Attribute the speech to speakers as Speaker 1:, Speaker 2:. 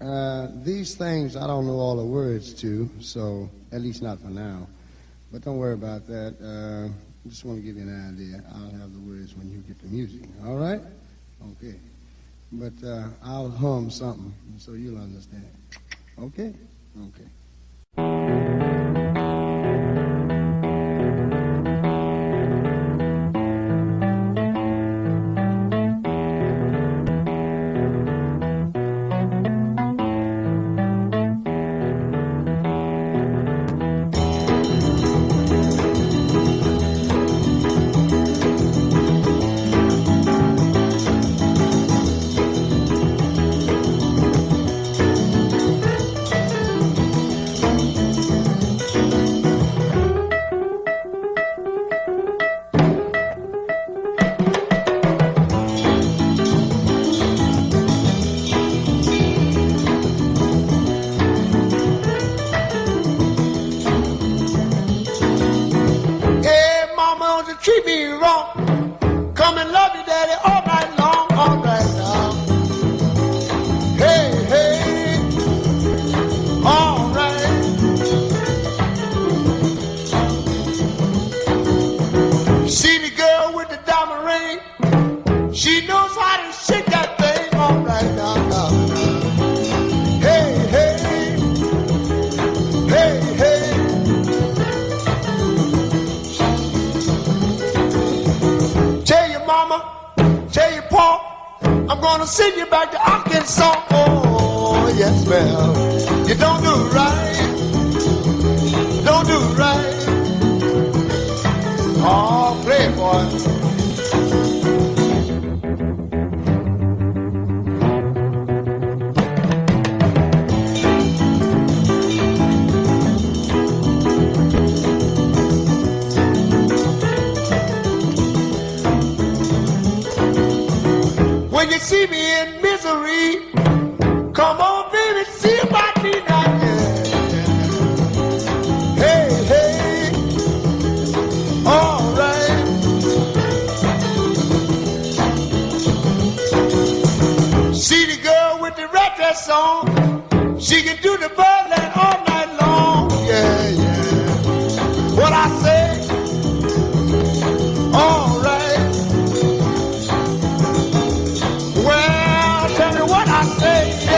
Speaker 1: Uh, these things I don't know all the words to, so at least not for now. But don't worry about that. Uh, I just want to give you an idea. I'll have the words when you get the music. All right? Okay. But uh, I'll hum something so you'll understand. Okay? Okay.
Speaker 2: Hey, mama, don't you treat me wrong. Come and love you, daddy, all night long, all night long. Hey, hey, all right. See the girl with the diamond ring. She knows how to shake that thing, all right now, now. Hey, hey, hey, hey. Tell your mama, tell your pa, I'm gonna send you back to Arkansas. Oh, yes, ma'am. You don't do right. Don't do right. Oh, play, boy. When you see me in misery, come on, baby, see about me now. yeah. Hey, hey, all right. See the girl with the red dress on. She can do the burlap all night long. Yeah, yeah. What I say? All right. Well, tell me what I say. eh? eh? uh, uh, oh, oh, oh,